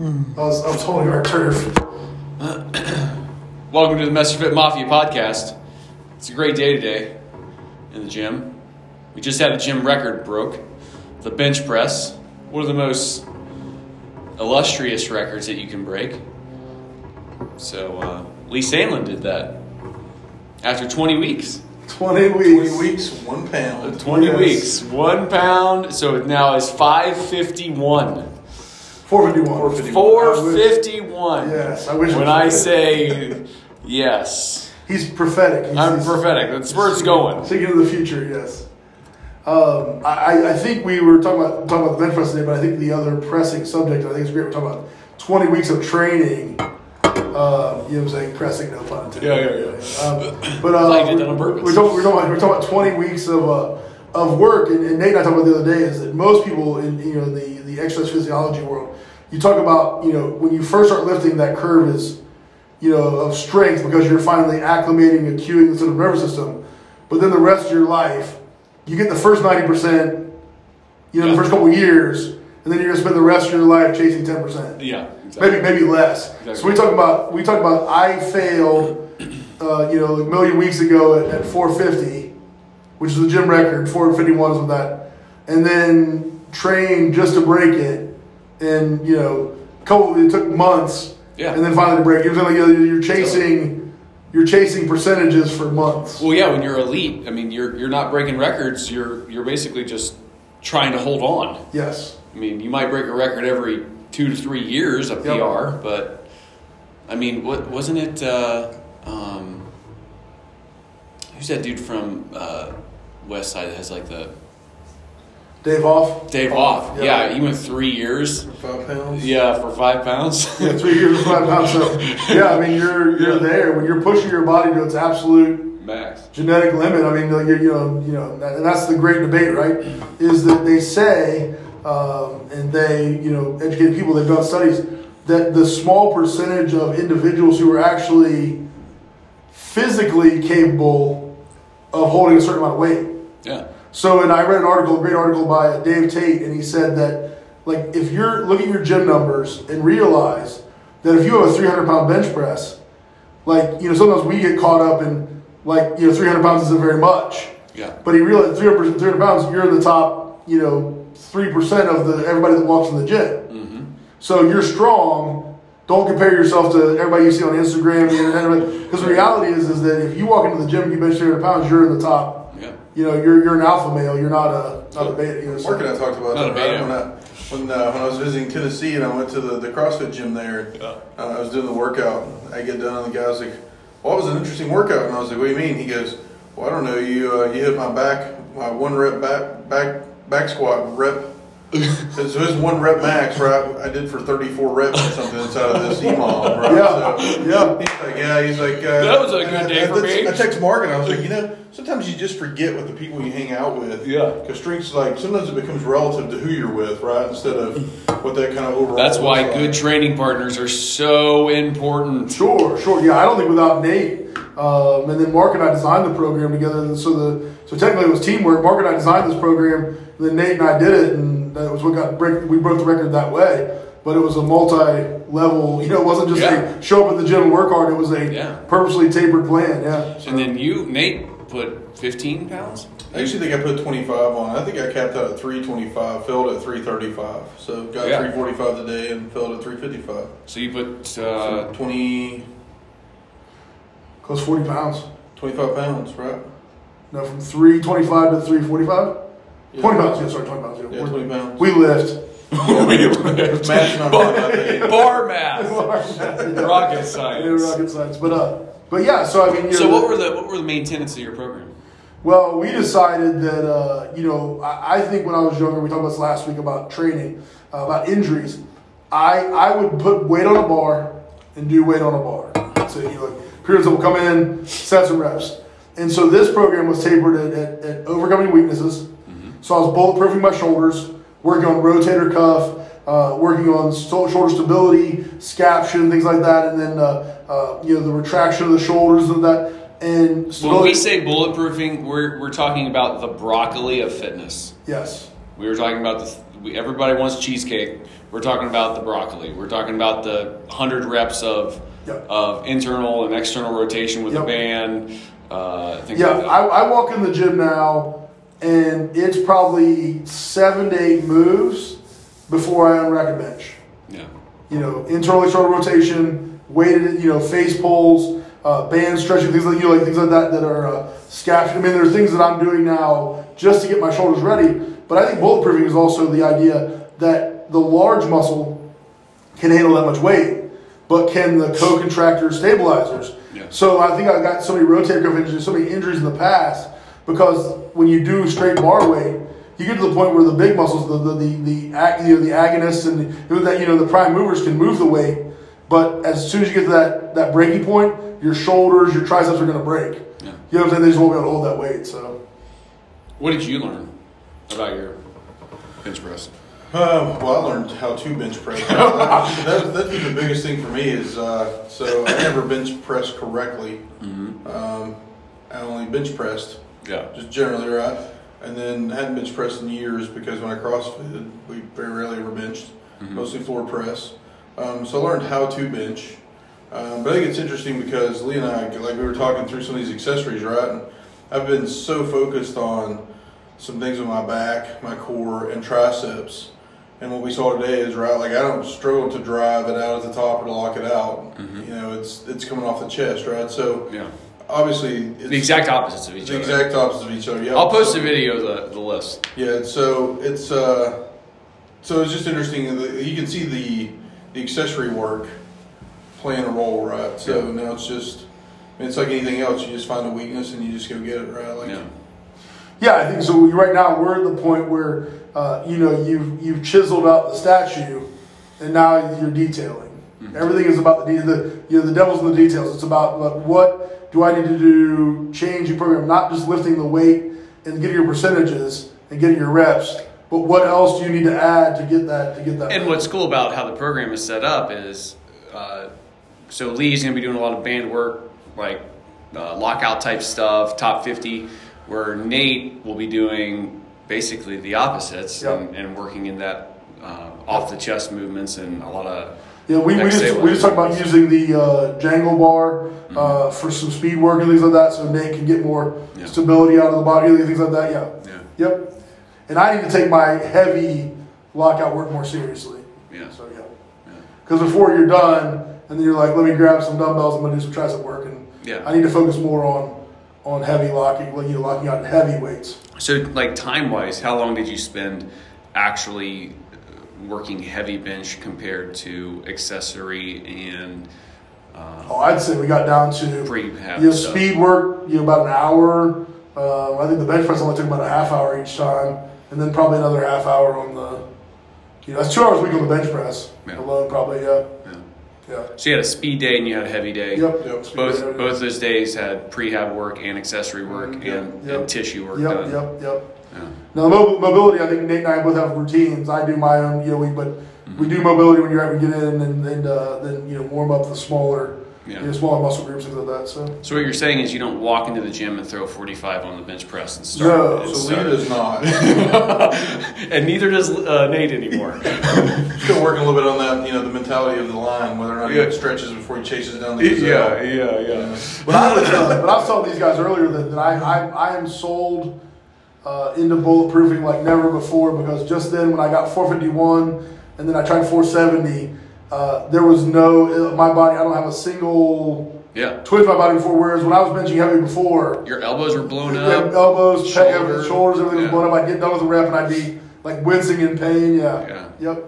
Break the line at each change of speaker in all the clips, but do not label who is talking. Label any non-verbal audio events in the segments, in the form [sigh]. I was, I was holding our turf.
Welcome to the Master Fit Mafia podcast. It's a great day today in the gym. We just had a gym record broke. The bench press, one of the most illustrious records that you can break. So uh, Lee Salen did that after 20 weeks.
20 weeks.
20 weeks, one pound.
20
Yes.
weeks, one pound. So it now is 551.
451.
451.
Yes, I wish it
When
was
I
right.
say yes.
He's prophetic. He's,
I'm
he's-
prophetic. That's where it's going.
Thinking of the future, yes. Um, I, I- I think we were talking about talking about the bench press today, but I think the other pressing subject, I think it's great. We're talking about 20 weeks of training. Um, you know what I'm saying? Pressing, no pun intended.
Yeah, yeah, yeah.
Um, but uh,
Like you did that on purpose.
We're, talking, we're, talking about, we're talking about 20 weeks of, uh, of work. And, and Nate and I talked about the other day is that most people in you know the, the exercise physiology world, you talk about, you know, when you first start lifting, that curve is you know, of strength because you're finally acclimating and cueing the central nervous system. But then the rest of your life, you get the first 90%, you know,
Yeah.
the first couple of years, and then you're going to spend the rest of your life chasing 10%.
Yeah. Exactly.
Maybe, maybe less.
Exactly.
So we talk about, we talk about, I failed, uh, you know, a million weeks ago at, at 450, which is the gym record, 451 is with that, and then trained just to break it. And, you know, couple, it took months
Yeah.
and then finally to break. You're like you're you're chasing, you're chasing percentages for months.
well, yeah. When you're elite, I mean, you're you're not breaking records. You're you're basically just trying to hold on.
Yes,
I mean, you might break a record every two to three years, a PR, but I mean, what wasn't it? Uh, um, who's that dude from uh, West Side that has like the
Dave Off.
Dave Off?
Yeah.
Yeah. he went three years.
Five pounds.
Yeah, for five pounds.
Yeah, three years of five pounds. So yeah, I mean you're you're there when you're pushing your body to its absolute
[laughs] Max.
genetic limit. I mean like, you're, you know you know that- and that's the great debate, right? Is that they say um, and they you know educated people they've done studies that the small percentage of individuals who are actually physically capable of holding a certain amount of weight.
Yeah.
So, and I read an article, a great article by uh, Dave Tate, and he said that, like, if you're look at your gym numbers and realize that if you have a 300 pound bench press, like, you know, sometimes we get caught up in, like, you know, 300 pounds isn't very much.
Yeah.
But he realized 300, 300 pounds, you're in the top, you know, 3% of the everybody that walks in the gym. So you're strong. Don't compare yourself to everybody you see on Instagram, the internet, because the reality is, is that if you walk into the gym and you bench 300 pounds, you're in the top
Yeah.
you know, you're you're an alpha male. You're not a not a beta. You know, so-
Mark and I talked about
Not a
that right?
beta.
when I when, uh, when I was visiting Tennessee and I went to the, the CrossFit gym there.
Yeah.
Uh, I was doing the workout. I get done and the guy's like, "Well, it was an interesting workout." And I was like, "What do you mean?" He goes, "Well, I don't know. You uh, you hit my back my one rep back back back
[laughs]
squat rep." so it was one rep max, right? I did for 34 reps or something inside of
[laughs]
this EMOM, right?
Yeah.
So,
Yeah.
He's like, yeah, he's like, uh,
That was a good
and I-
day
I,
for me.
I text Mark and I was like, you know, sometimes you just forget what the people you hang out with.
Yeah.
Because strengths, like, sometimes it becomes relative to who you're with, right? Instead of what that kind of overall.
That's why
looks like.
good training partners are so important.
Sure, sure. Yeah, I don't think without Nate. Um, and then Mark and I designed the program together. and So the so technically it was teamwork. Mark and I designed this program. And then Nate and I did it, and that was what got break. We broke the record that way. But it was a multi-level. You know, it wasn't just
Yeah.
a show up at the gym and work hard. It was a
Yeah.
purposely tapered plan. Yeah.
And then you, Nate, put 15 pounds?
I actually think I put 25 on. I think I capped out at 325, failed at 335. So got
Yeah.
345 today and failed at 355.
So you put,
So
uh,
20,
Close forty pounds.
25 pounds, right?
Now from three twenty-five to three forty-five.
Yeah.
Twenty pounds. Yeah, sorry, twenty pounds. Yeah,
Yeah, 20 pounds.
We lift.
Math's not right, I think.
bar math, rocket
They were
science.
rocket science, but uh, but yeah. So I mean, you're,
So what were the what were the main tenets of your program?
Well, we decided that uh, you know I, I think when I was younger, we talked about this last week about training, uh, about injuries. I I would put weight on a bar and do weight on a bar. So you know, like, periods that will come in, sets and reps. And so this program was tapered at, at, at overcoming weaknesses. So I was bulletproofing my shoulders, working on rotator cuff, uh, working on so- shoulder stability, scaption, things like that, and then uh, uh, you know the retraction of the shoulders and that. And
When
stability.
we say bulletproofing, we're we're talking about the broccoli of fitness.
yes.
We were talking about the we, everybody wants cheesecake. We're talking about the broccoli. We're talking about the 100 reps of
Yep.
of internal and external rotation with a
Yep.
band. Uh, things
Yeah,
like that.
I, I walk in the gym now, and it's probably seven to eight moves before I unrack a bench.
yeah.
You know, internal external rotation, weighted, you know, face pulls, uh, band stretching, things like you know, like things like that that are uh, scapula- I mean, there's things that I'm doing now just to get my shoulders ready. But I think bulletproofing is also the idea that the large muscle can handle that much weight, but can the co-contractor stabilizers?
Yeah.
So I think I got so many rotator cuff injuries, so many injuries in the past because when you do straight bar weight, you get to the point where the big muscles, the the the, the, ag, you know, the agonists and the, that you know the prime movers can move the weight, but as soon as you get to that that breaking point, your shoulders, your triceps are going to break.
Yeah.
You know what I'm saying? They just won't be able to hold that weight. So
What did you learn about your bench press?
Uh, well, I learned how to bench press. that, that's been the biggest thing for me is uh, so I never bench pressed correctly. Um, I only bench pressed,
Yeah.
just generally right, and then hadn't bench pressed in years because when I crossfitted, we very rarely ever benched, mostly floor press. Um, so I learned how to bench. Um, but I think it's interesting because Lee and I, like we were talking through some of these accessories, right? And I've been so focused on some things with my back, my core, and triceps. And what we saw today is right. Like I don't struggle to drive it out at the top or to lock it out. You know, it's it's coming off the chest, right? So
Yeah.
obviously, it's
The exact opposites of each
the
other.
exact opposite of each other. Yeah,
I'll post a video of the, the list.
Yeah, so it's uh, so it's just interesting. that You can see the the accessory work playing a role, right? So now it's just I mean, it's like anything else. You just find a weakness and you just go get it, right? Like,
Yeah.
yeah, I think so. We, right now we're at the point where uh, you know you've you've chiseled out the statue, and now you're detailing.
Mm-hmm.
Everything is about the, de- the you know the devil's in the details. It's about like, what do I need to do, change your program, not just lifting the weight and getting your percentages and getting your reps, but what else do you need to add to get that to get that.
And what's cool about how the program is set up is, uh, so Lee's going to be doing a lot of band work, like uh, lockout type stuff, top 50, where Nate will be doing basically the opposites
Yeah.
and, and working in that uh, off the chest movements and a lot of.
Yeah, we, we
next Mm-hmm.
just
day
we just talked about using the uh, Django bar uh, for some speed work and things like that, so Nate can get more
Yeah.
stability out of the body and things like that. Yeah.
Yeah.
Yep. And I need to take my heavy lockout work more seriously.
Yeah.
So yeah. Because before you're done, and then you're like, let me grab some dumbbells. I'm gonna do some tricep work, and
Yeah.
I need to focus more on on heavy locking, like you know, locking out heavy weights.
So, like time wise, how long did you spend actually uh, working heavy bench compared to accessory and Uh-huh.
Oh, I'd say we got down to
prehab?
you know,
stuff?
speed work, you know, about an hour. Uh, I think the bench press only took about a half hour each time, and then probably another half hour on the, you know, that's two hours a week on the bench press
Yeah.
alone, probably. Yeah,
Yeah.
yeah.
So you had a speed day and you had a heavy day.
Yep.
Yep.
Speed
Both
work.
both those days had prehab work and accessory work
Mhm.
and,
Mm-hmm. Yep.
and tissue work
Yep.
done.
Yep. Yep.
Yeah.
Now, mo- mobility, I think Nate and I both have routines. I do my own, you know, we, but we do mobility when you're out, we get in and, and uh, then, you know, warm up the smaller,
Yeah.
you know, smaller muscle groups, things like that. So,
So what you're saying is you don't walk into the gym and throw 45 on the bench press and start.
No.
and,
So Lee
start.
does not.
[laughs] and neither does uh, Nate anymore.
[laughs]
Still working a little bit on that, you know, the mentality of the line, whether or not
Yeah.
he stretches before he chases down the gazelle.
yeah, yeah.
but I was, uh, but I was telling these guys earlier that, that I, I, I am sold uh, into bulletproofing like never before because just then when I got 451 and then I tried 470, uh, there was no, uh, my body, I don't have a single
Yeah.
twitch in my body before, whereas when I was benching heavy before,
Your elbows were blown
Yeah,
up.
elbows, check
shoulder.
everything, shoulders, everything
Yeah.
was blown up. I'd get done with the rep and I'd be like wincing in pain. Yeah. Yep.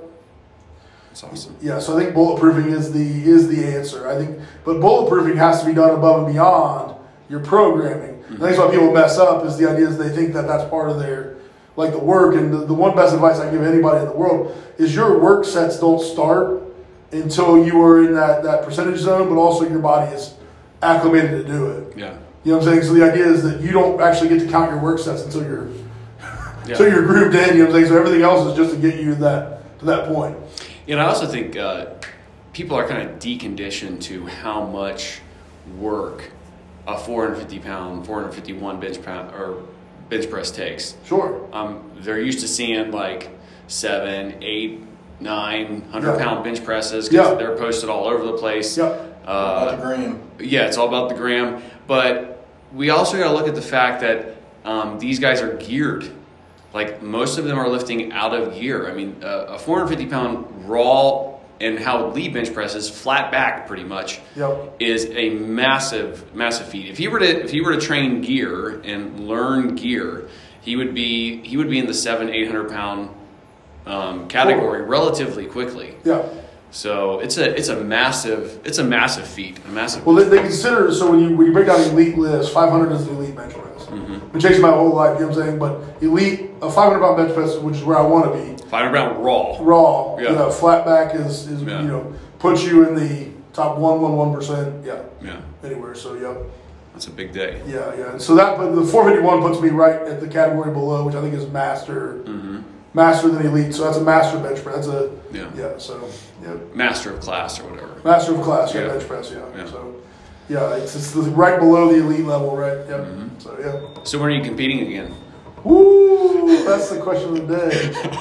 That's awesome.
Yeah. So I think bulletproofing is the is the answer. I think, but bulletproofing has to be done above and beyond your programming. And
Mm-hmm.
that's why people mess up is the idea is they think that that's part of their like the work. And the, the one best advice I give anybody in the world is your work sets don't start until you are in that that percentage zone, but also your body is acclimated to do it.
Yeah.
You know what I'm saying? So the idea is that you don't actually get to count your work sets until you're
Yeah.
until you're grooved in. You know what I'm saying? So everything else is just to get you to that to that point.
And I also think uh, people are kind of deconditioned to how much work a 450 pound, 451 bench pound or bench press takes.
Sure.
Um, they're used to seeing like seven, eight, nine nine hundred
Yeah.
pound bench presses because
Yeah.
they're posted all over the place.
Yeah.
Uh,
Not the green.
yeah, it's all about the gram. But we also got to look at the fact that um, these guys are geared. Like most of them are lifting out of gear. I mean, uh, a 450 pound raw and how Lee bench presses flat back pretty much
Yep.
is a massive, massive feat. If he were to if he were to train gear and learn gear, he would be he would be in the seven eight hundred pound um, category relatively quickly.
Yeah.
So it's a it's a massive it's a massive feat, a massive.
Well, they, they consider so when you when you break down elite list, 500 is the elite bench press.
Mm-hmm.
Been chasing my whole life, you know what I'm saying? But elite, a 500 pound bench press, which is where I want to be.
Five hundred pound raw.
Raw,
Yeah.
you know, flat back is is
Yeah.
you know puts you in the top one one one percent. Yeah,
Yeah,
anywhere. So yeah.
that's a big day.
Yeah, yeah. So that, but the 451 puts me right at the category below, which I think is master, master than elite. So that's a master bench press. That's a
Yeah.
yeah. So yeah,
Master of class or whatever.
master of class yeah.
Yeah.
bench press. Yeah.
Yeah.
So yeah, it's, it's the, right below the elite level, right? Yep. So yeah.
So when are you competing again?
Woo! That's the question of the [laughs] day.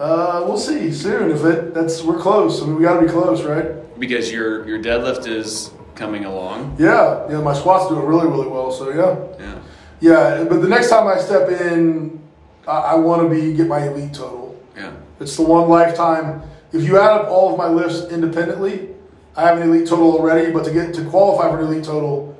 Uh, we'll see soon if it. That's we're close. I mean, we got to be close, right?
Because your your deadlift is coming along.
Yeah. Yeah. My squats doing really, really well. So yeah.
Yeah.
Yeah, but the next time I step in, I, I want to be get my elite total.
Yeah. [laughs]
It's the one lifetime. If you add up all of my lifts independently, I have an elite total already. But to get to qualify for an elite total,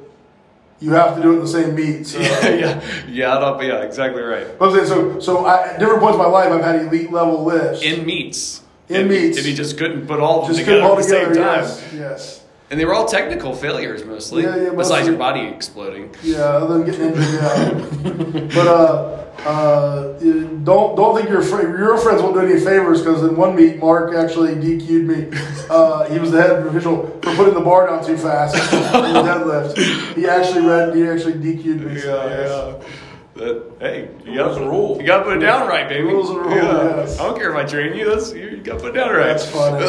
you have to do it in the same meet. So,
[laughs] yeah. Yeah. that'll be- Yeah. Exactly right.
But I'm saying, so, so I, at different points in my life, I've had elite level lifts.
In meets.
In
If he-
meets.
If you just couldn't put all of them
just
together
couldn't
at
hold
the
together.
same time.
Yes, yes.
And they were all technical failures mostly.
Yeah, yeah,
Besides
mostly.
your body exploding.
Yeah, other than getting injured. Yeah. but uh, uh, you- don't don't think your fr- your friends won't do any favors because in one meet, Mark actually DQ'd me. Uh, he was the head official for putting the bar down too fast in the deadlift. He actually read. He actually DQ'd me. so yes.
That, hey, you
Rules
got
are rules.
You got to put it down right, baby.
Rules are rules, yes.
I don't care if I train you. That's you, got to put it down right.
That's funny.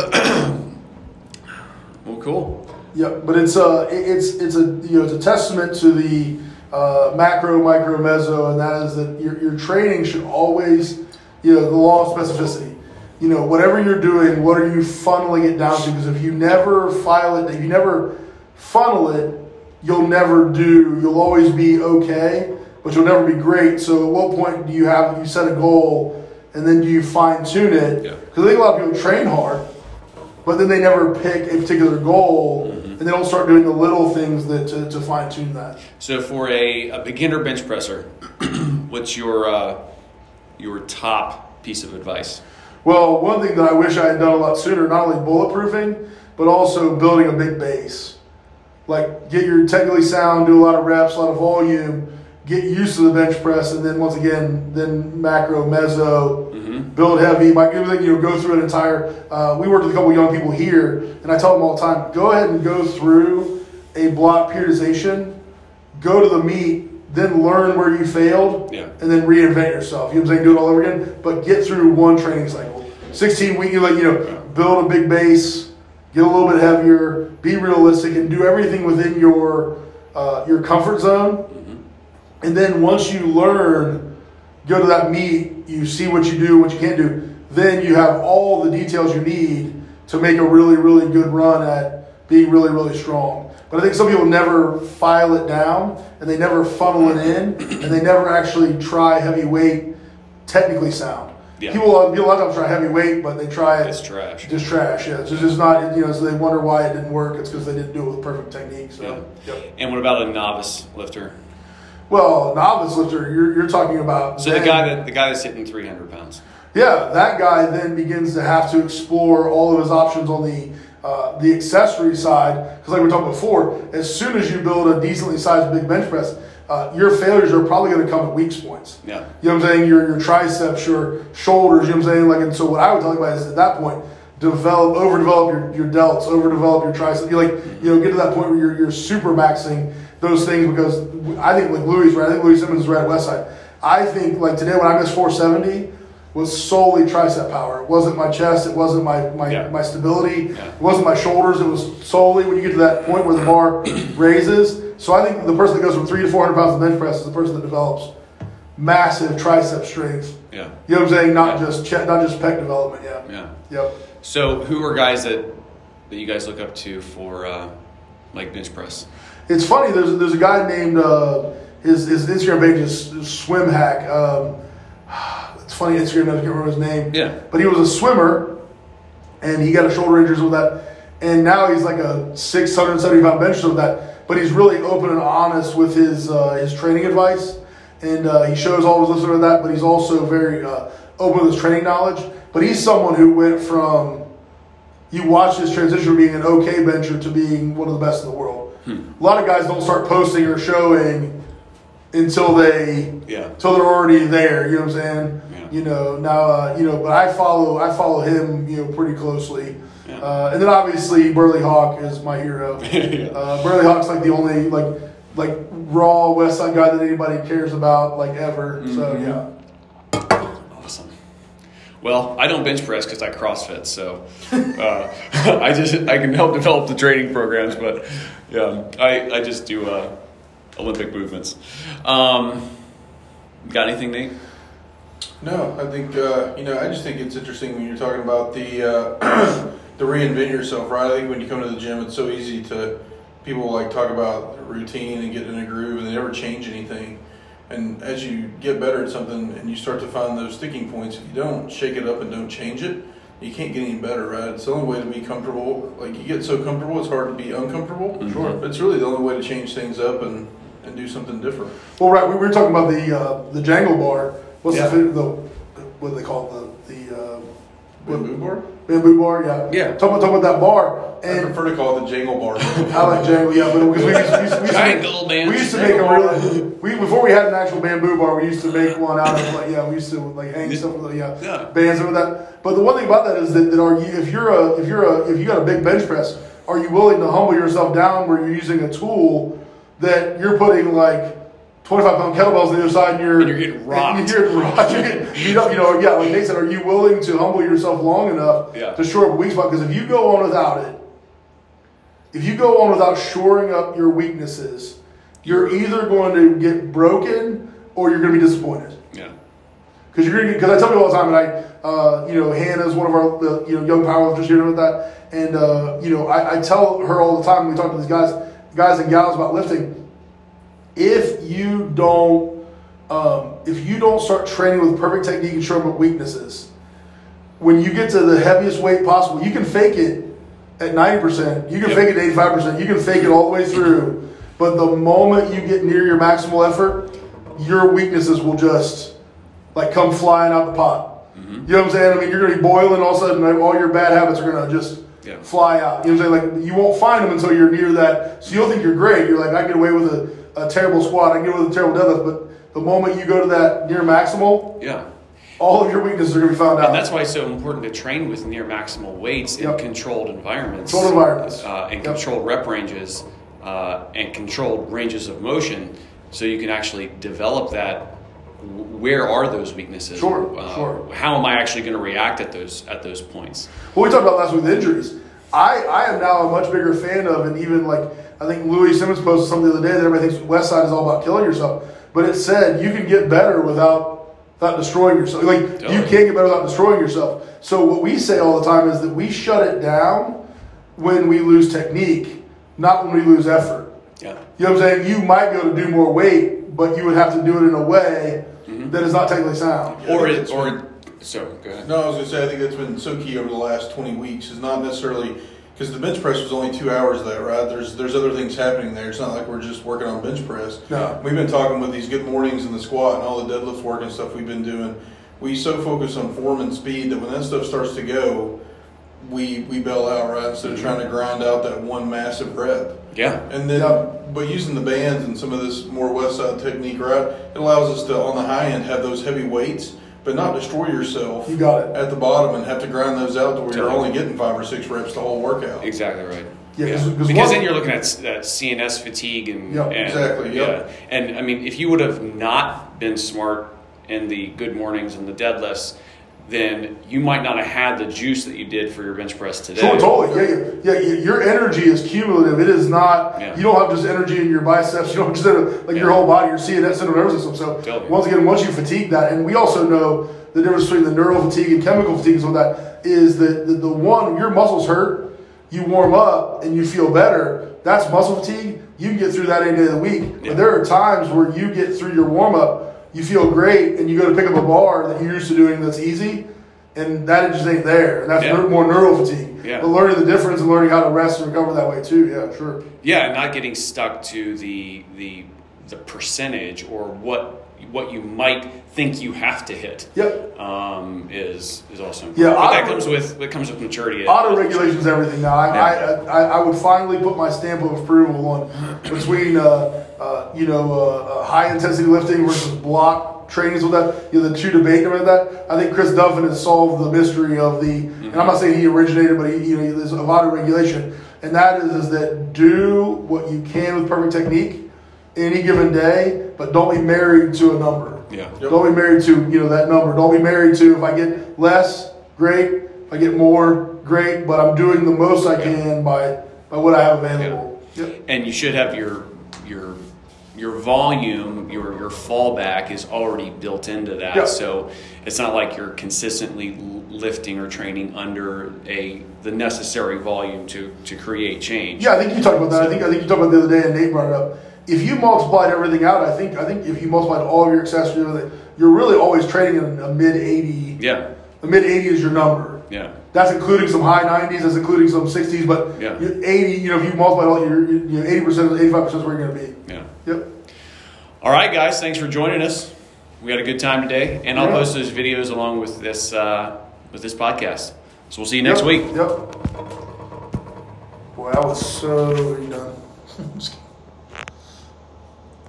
well, cool.
yeah, but it's uh, it, it's it's a you know it's a testament to the uh, macro, micro, meso, and that is that your your training should always you know the law of specificity. You know whatever you're doing, what are you funneling it down to? Because if you never file it, if you never funnel it, you'll never do. You'll always be okay, but you'll never be great. So at what point do you have you set a goal and then do you fine tune it?
Yeah.
Because I think a lot of people train hard but then they never pick a particular goal and they don't start doing the little things that to, to fine tune that.
So for a, a beginner bench presser, [clears throat] what's your uh, your top piece of advice?
Well, one thing that I wish I had done a lot sooner, not only bulletproofing, but also building a big base. Like get your technically sound, do a lot of reps, a lot of volume, get used to the bench press, and then once again, then macro, meso, build heavy. Like everything you know, go through an entire. Uh, we worked with a couple young people here, and I tell them all the time: go ahead and go through a block periodization, go to the meet, then learn where you failed,
Yeah.
and then reinvent yourself. You know what I'm saying? Do it all over again, but get through one training cycle. 16 week, you like you know, build a big base, get a little bit heavier, be realistic, and do everything within your uh, your comfort zone. And then once you learn, go to that meet, you see what you do, what you can't do, then you have all the details you need to make a really, really good run at being really, really strong. But I think some people never file it down and they never funnel it in and they never actually try heavy weight technically sound.
Yeah.
People a lot of times try heavy weight, but they try it
It's trash.
just trash. Yeah, it's just it's not you know. So they wonder why it didn't work. It's because they didn't do it with perfect technique. So yep.
And what about a novice lifter?
Well, novice lifter, you're, you're talking about.
So the
then-
guy that the guy that's hitting three hundred pounds.
Yeah, that guy then begins to have to explore all of his options on the uh, the accessory side. Because, like we talked before, as soon as you build a decently sized big bench press, uh, your failures are probably going to come at weak points.
Yeah.
You know what I'm saying? Your your triceps, your shoulders, you know what I'm saying? Like and so what I would tell anybody is at that point, develop overdevelop your, your delts, overdevelop your triceps. You like you know, get to that point where you're you're super maxing those things because I think like Louis right, I think Louis Simmons is right at Westside. I think like today when I missed four seventy was solely tricep power. It wasn't my chest, it wasn't my my,
Yeah.
my stability,
Yeah.
it wasn't my shoulders, it was solely when you get to that point where the bar [coughs] raises. So I think the person that goes from three to four hundred pounds of bench press is the person that develops massive tricep strength.
Yeah.
You know what I'm saying? Not just che- not just pec development. Yeah.
Yeah.
Yep.
So who are guys that that you guys look up to for uh, like bench press?
It's funny. There's there's a guy named uh, his his Instagram page is swim hack. Um, [sighs] it's funny Instagram. I can't remember his name.
Yeah.
But he was a swimmer, and he got a shoulder injury with that, and now he's like a 675 bench with that. But he's really open and honest with his uh, his training advice, and uh, he shows all his listeners that. But he's also very uh, open with his training knowledge. But he's someone who went from you watch his transition from being an okay bencher to being one of the best in the world. A lot of guys don't start posting or showing until they
Yeah.
until they're already there. You know what I'm saying?
Yeah.
You know now uh, you know, but I follow I follow him you know pretty closely.
Yeah.
Uh, and then obviously Burley Hawk is my
[laughs]
hero.
Yeah.
uh, Burley Hawk's like the only like like raw West Side guy that anybody cares about like ever.
Mm-hmm.
So yeah.
Awesome. Well, I don't bench press because I CrossFit, so uh, [laughs] I just I can help develop the training programs, but yeah, I, I just do uh, Olympic movements. Um, got anything, Nate?
No, I think uh, you know. I just think it's interesting when you're talking about the uh, [clears throat] the reinvent yourself, right? I think when you come to the gym, it's so easy to people like talk about routine and get in a groove, and they never change anything. And as you get better at something, and you start to find those sticking points, if you don't shake it up and don't change it, you can't get any better, right? It's the only way to be comfortable. Like you get so comfortable, it's hard to be uncomfortable.
Sure.
But it's really the only way to change things up and and do something different.
Well, right, we were talking about the uh, the Django bar. What's
Yeah.
the the, the what do they call it? the the uh,
Bamboo bar.
bamboo bar? Yeah,
Yeah.
Talk about talk about that bar
I
and.
prefer to call it the jangle bar.
I like Django, yeah, but because we used, we used, we used
Django,
to,
man.
we used to make a really we before we had an actual bamboo bar, we used to make one out of like yeah, we used to like hang stuff with yeah,
Yeah.
bands over that. But the one thing about that is that, that are you if you're a if you're a if you got a big bench press, are you willing to humble yourself down where you're using a tool that you're putting like 25 pound kettlebells on the other side and you're,
And you're getting rocked.
You're getting rocked. You're getting beat up. You know, yeah, like Nate said, are you willing to humble yourself long enough
Yeah.
to shore up a weak spot? Because if you go on without it, if you go on without shoring up your weaknesses, you're either going to get broken or you're going to be disappointed.
Yeah.
Because you're going to because I tell people all the time, and I, uh, you know, Hannah's one of our the, you know young powerlifters here with that, and uh, you know, I, I tell her all the time when we talk to these guys, guys and gals about lifting, if you don't, um, if you don't start training with perfect technique and showing up weaknesses, when you get to the heaviest weight possible, you can fake it at 90%, you can
Yep.
fake it at 85%, you can fake it all the way through. But the moment you get near your maximal effort, your weaknesses will just like come flying out the pot.
Mm-hmm.
You know what I'm saying? I mean, you're going to be boiling all of a sudden, like, all your bad habits are going to just
Yeah.
fly out. You know what I'm saying? Like, you won't find them until you're near that. So you'll think you're great. You're like, I get away with a, a terrible squat, I get away with a terrible deadlift. But the moment you go to that near maximal,
Yeah.
all of your weaknesses are going to be found out.
And that's why it's so important to train with near maximal weights in
Yep.
controlled environments.
Controlled environments.
Uh, and
Yep.
controlled rep ranges uh, and controlled ranges of motion so you can actually develop that. W- Where are those weaknesses?
Sure,
Uh,
sure.
How am I actually going to react at those at those points?
What we talked about last week with injuries. I, I am now a much bigger fan of, and even like I think Louis Simmons posted something the other day that everybody thinks West Side is all about killing yourself, but it said you can get better without without destroying yourself. Like you
Totally.
can't get better without destroying yourself. So what we say all the time is that we shut it down when we lose technique, not when we lose effort.
Yeah.
You know what I'm saying? You might be able to do more weight, but you would have to do it in a way that is not technically sound.
Yeah,
or
I think
it,
it's
or so go ahead.
No, I was going to say, I think that's been so key over the last 20 weeks is not necessarily because the bench press was only two hours of that, right? There's there's other things happening there. It's not like we're just working on bench press.
No.
We've been talking with these good mornings and the squat and all the deadlift work and stuff we've been doing. We so focus on form and speed that when that stuff starts to go, we we bail out, right? Instead of trying to grind out that one massive rep.
Yeah.
And then,
Yeah.
but using the bands and some of this more West Side technique, right? It allows us to, on the high end, have those heavy weights, but not destroy yourself
You got it.
at the bottom and have to grind those out to where you're
Totally.
only getting five or six reps the whole workout.
Exactly right.
Yeah, 'cause- 'cause
because
one-
then you're looking at s- that CNS fatigue and,
Yeah,
and-
exactly, yeah.
And I mean, if you would have not been smart in the good mornings and the deadlifts, then you might not have had the juice that you did for your bench press today.
Sure, totally. Yeah, yeah, yeah. y- Your energy is cumulative. It is not.
Yeah.
You don't have just energy in your biceps. You don't just have, like your
Yeah.
whole body. Your CNS central nervous system. So
Totally.
once again, once you fatigue that, and we also know the difference between the neural fatigue and chemical fatigue. So that is that the, the one your muscles hurt, you warm up and you feel better. That's muscle fatigue. You can get through that any day of the week.
Yeah.
But there are times where you get through your warm up, you feel great, and you go to pick up a bar that you're used to doing that's easy, and that just ain't there. And that's
Yeah.
neur- more neural fatigue.
Yeah.
But learning the difference and learning how to rest and recover that way too. Yeah, sure.
yeah, not getting stuck to the the the percentage or what what you might think you have to hit.
Yep.
Um, is is also important.
Yeah,
but that
auto-
comes with that comes with maturity.
Auto regulations everything now. I,
Yeah.
I, I, I would finally put my stamp of approval on between uh, uh, you know uh, uh, high intensity lifting versus block trainings with that. You know the two debate around that. I think Chris Duffin has solved the mystery of the. And I'm not saying he originated, but he, you know there's a lot of regulation, and that is is that do what you can with perfect technique any given day, but don't be married to a number.
Yeah.
Yep.
Don't be married to you know that number. Don't be married to if I get less, great. If I get more, great. But I'm doing the most I can by by what I have available. Yep.
and you should have your your your volume, your your fallback is already built into that.
Yeah.
So it's not like you're consistently l- lifting or training under a the necessary volume to to create change.
Yeah, I think you talked about that. I think I think you talked about it the other day, and Nate brought it up. If you multiplied everything out, I think I think if you multiplied all of your accessories, with it, you're really always trading in a mid 80.
Yeah.
A mid 80 is your number.
Yeah.
That's including some high 90s. That's including some 60s. But
Yeah.
you- 80, you know, if you multiplied all your, you know, 80 percent, 85 percent is where you're going to be.
Yeah.
Yep.
All right, guys, thanks for joining us. We had a good time today, and I'll
Yeah.
post those videos along with this uh, with this podcast. So we'll see you next
Yep,
week.
Yep. Boy, I was so done. Just kidding.